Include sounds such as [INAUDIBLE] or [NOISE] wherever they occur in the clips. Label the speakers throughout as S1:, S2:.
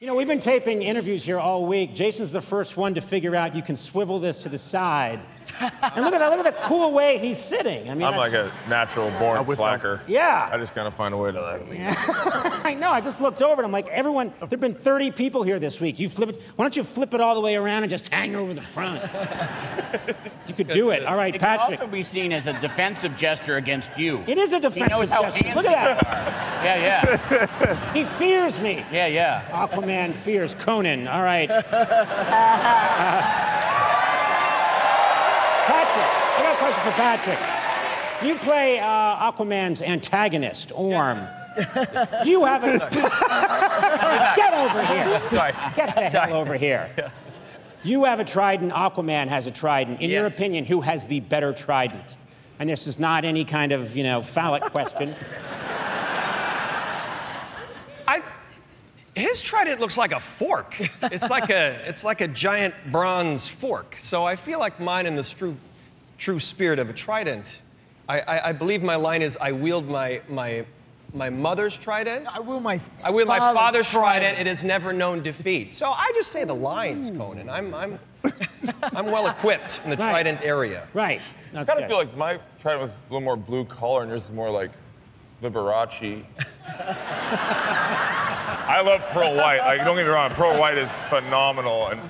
S1: You know, we've been taping interviews here all week. Jason's the first one to figure out you can swivel this to the side. And look at that, look at the cool way he's sitting. I mean,
S2: I'm like
S1: that's-
S2: a natural born
S3: with
S2: slacker.
S1: Yeah.
S2: I just gotta find a way to like.
S1: I know, I just looked over and I'm like, everyone, there've been 30 people here this week. You flip it, why don't you flip it all the way around and just hang over the front? you could do it. All right,
S4: It can
S1: Patrick.
S4: also be seen as a defensive gesture against you.
S1: It is a
S4: He knows
S1: defensive
S4: how
S1: gesture.
S4: handsy
S1: Look at that.
S4: Yeah, yeah,
S1: He fears me.
S4: yeah, yeah.
S1: Aquaman fears Conan. All
S2: [LAUGHS]
S1: right. Uh, Patrick, I got a question for Patrick. You play uh, Aquaman's antagonist, Orm. You
S2: [LAUGHS]
S1: haven't. [LAUGHS] Get over here.
S2: Sorry.
S1: Get the hell over here. You have a trident, Aquaman has a trident. In your
S2: Yes.
S1: opinion, who has the better trident? And this is not any kind of, you know, phallic
S2: [LAUGHS]
S1: question.
S5: I, his trident looks like a fork. It's like a, it's like a giant bronze fork. So I feel like mine, in the true, true spirit of a trident, I, I, I believe my line is I wield my, my, my mother's trident.
S3: I will my.
S5: I wield my father's trident. It has never known defeat. So I just say the lines, Conan. I'm, I'm, I'm well equipped in the
S1: Right.
S5: trident area.
S1: Right. That's
S2: I kind
S1: good.
S2: of feel like my trident was a little more blue collar and yours is more like
S1: [LAUGHS]
S2: Liberace. I love Pearl White. Like, don't get me wrong, Pearl White is phenomenal and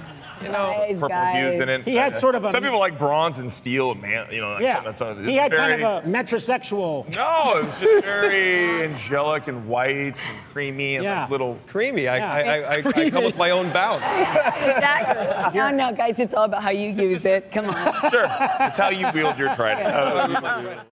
S5: You know,
S6: Guys,
S2: purple
S6: guys.
S2: hues in it.
S1: He had sort of a-
S2: Some people like bronze and steel, man. You know, like
S1: Yeah.
S2: something that's on- it's
S1: he had
S2: very,
S1: kind of a metrosexual.
S2: No, it was just very angelic and white and creamy and
S1: Yeah.
S2: like little.
S5: creamy. I,
S1: Yeah.
S5: I, I, I, I come with my own bounce.
S6: Exactly. No, no, guys, it's all about how you use it. Come on.
S2: [LAUGHS] Sure, it's how you wield your trident.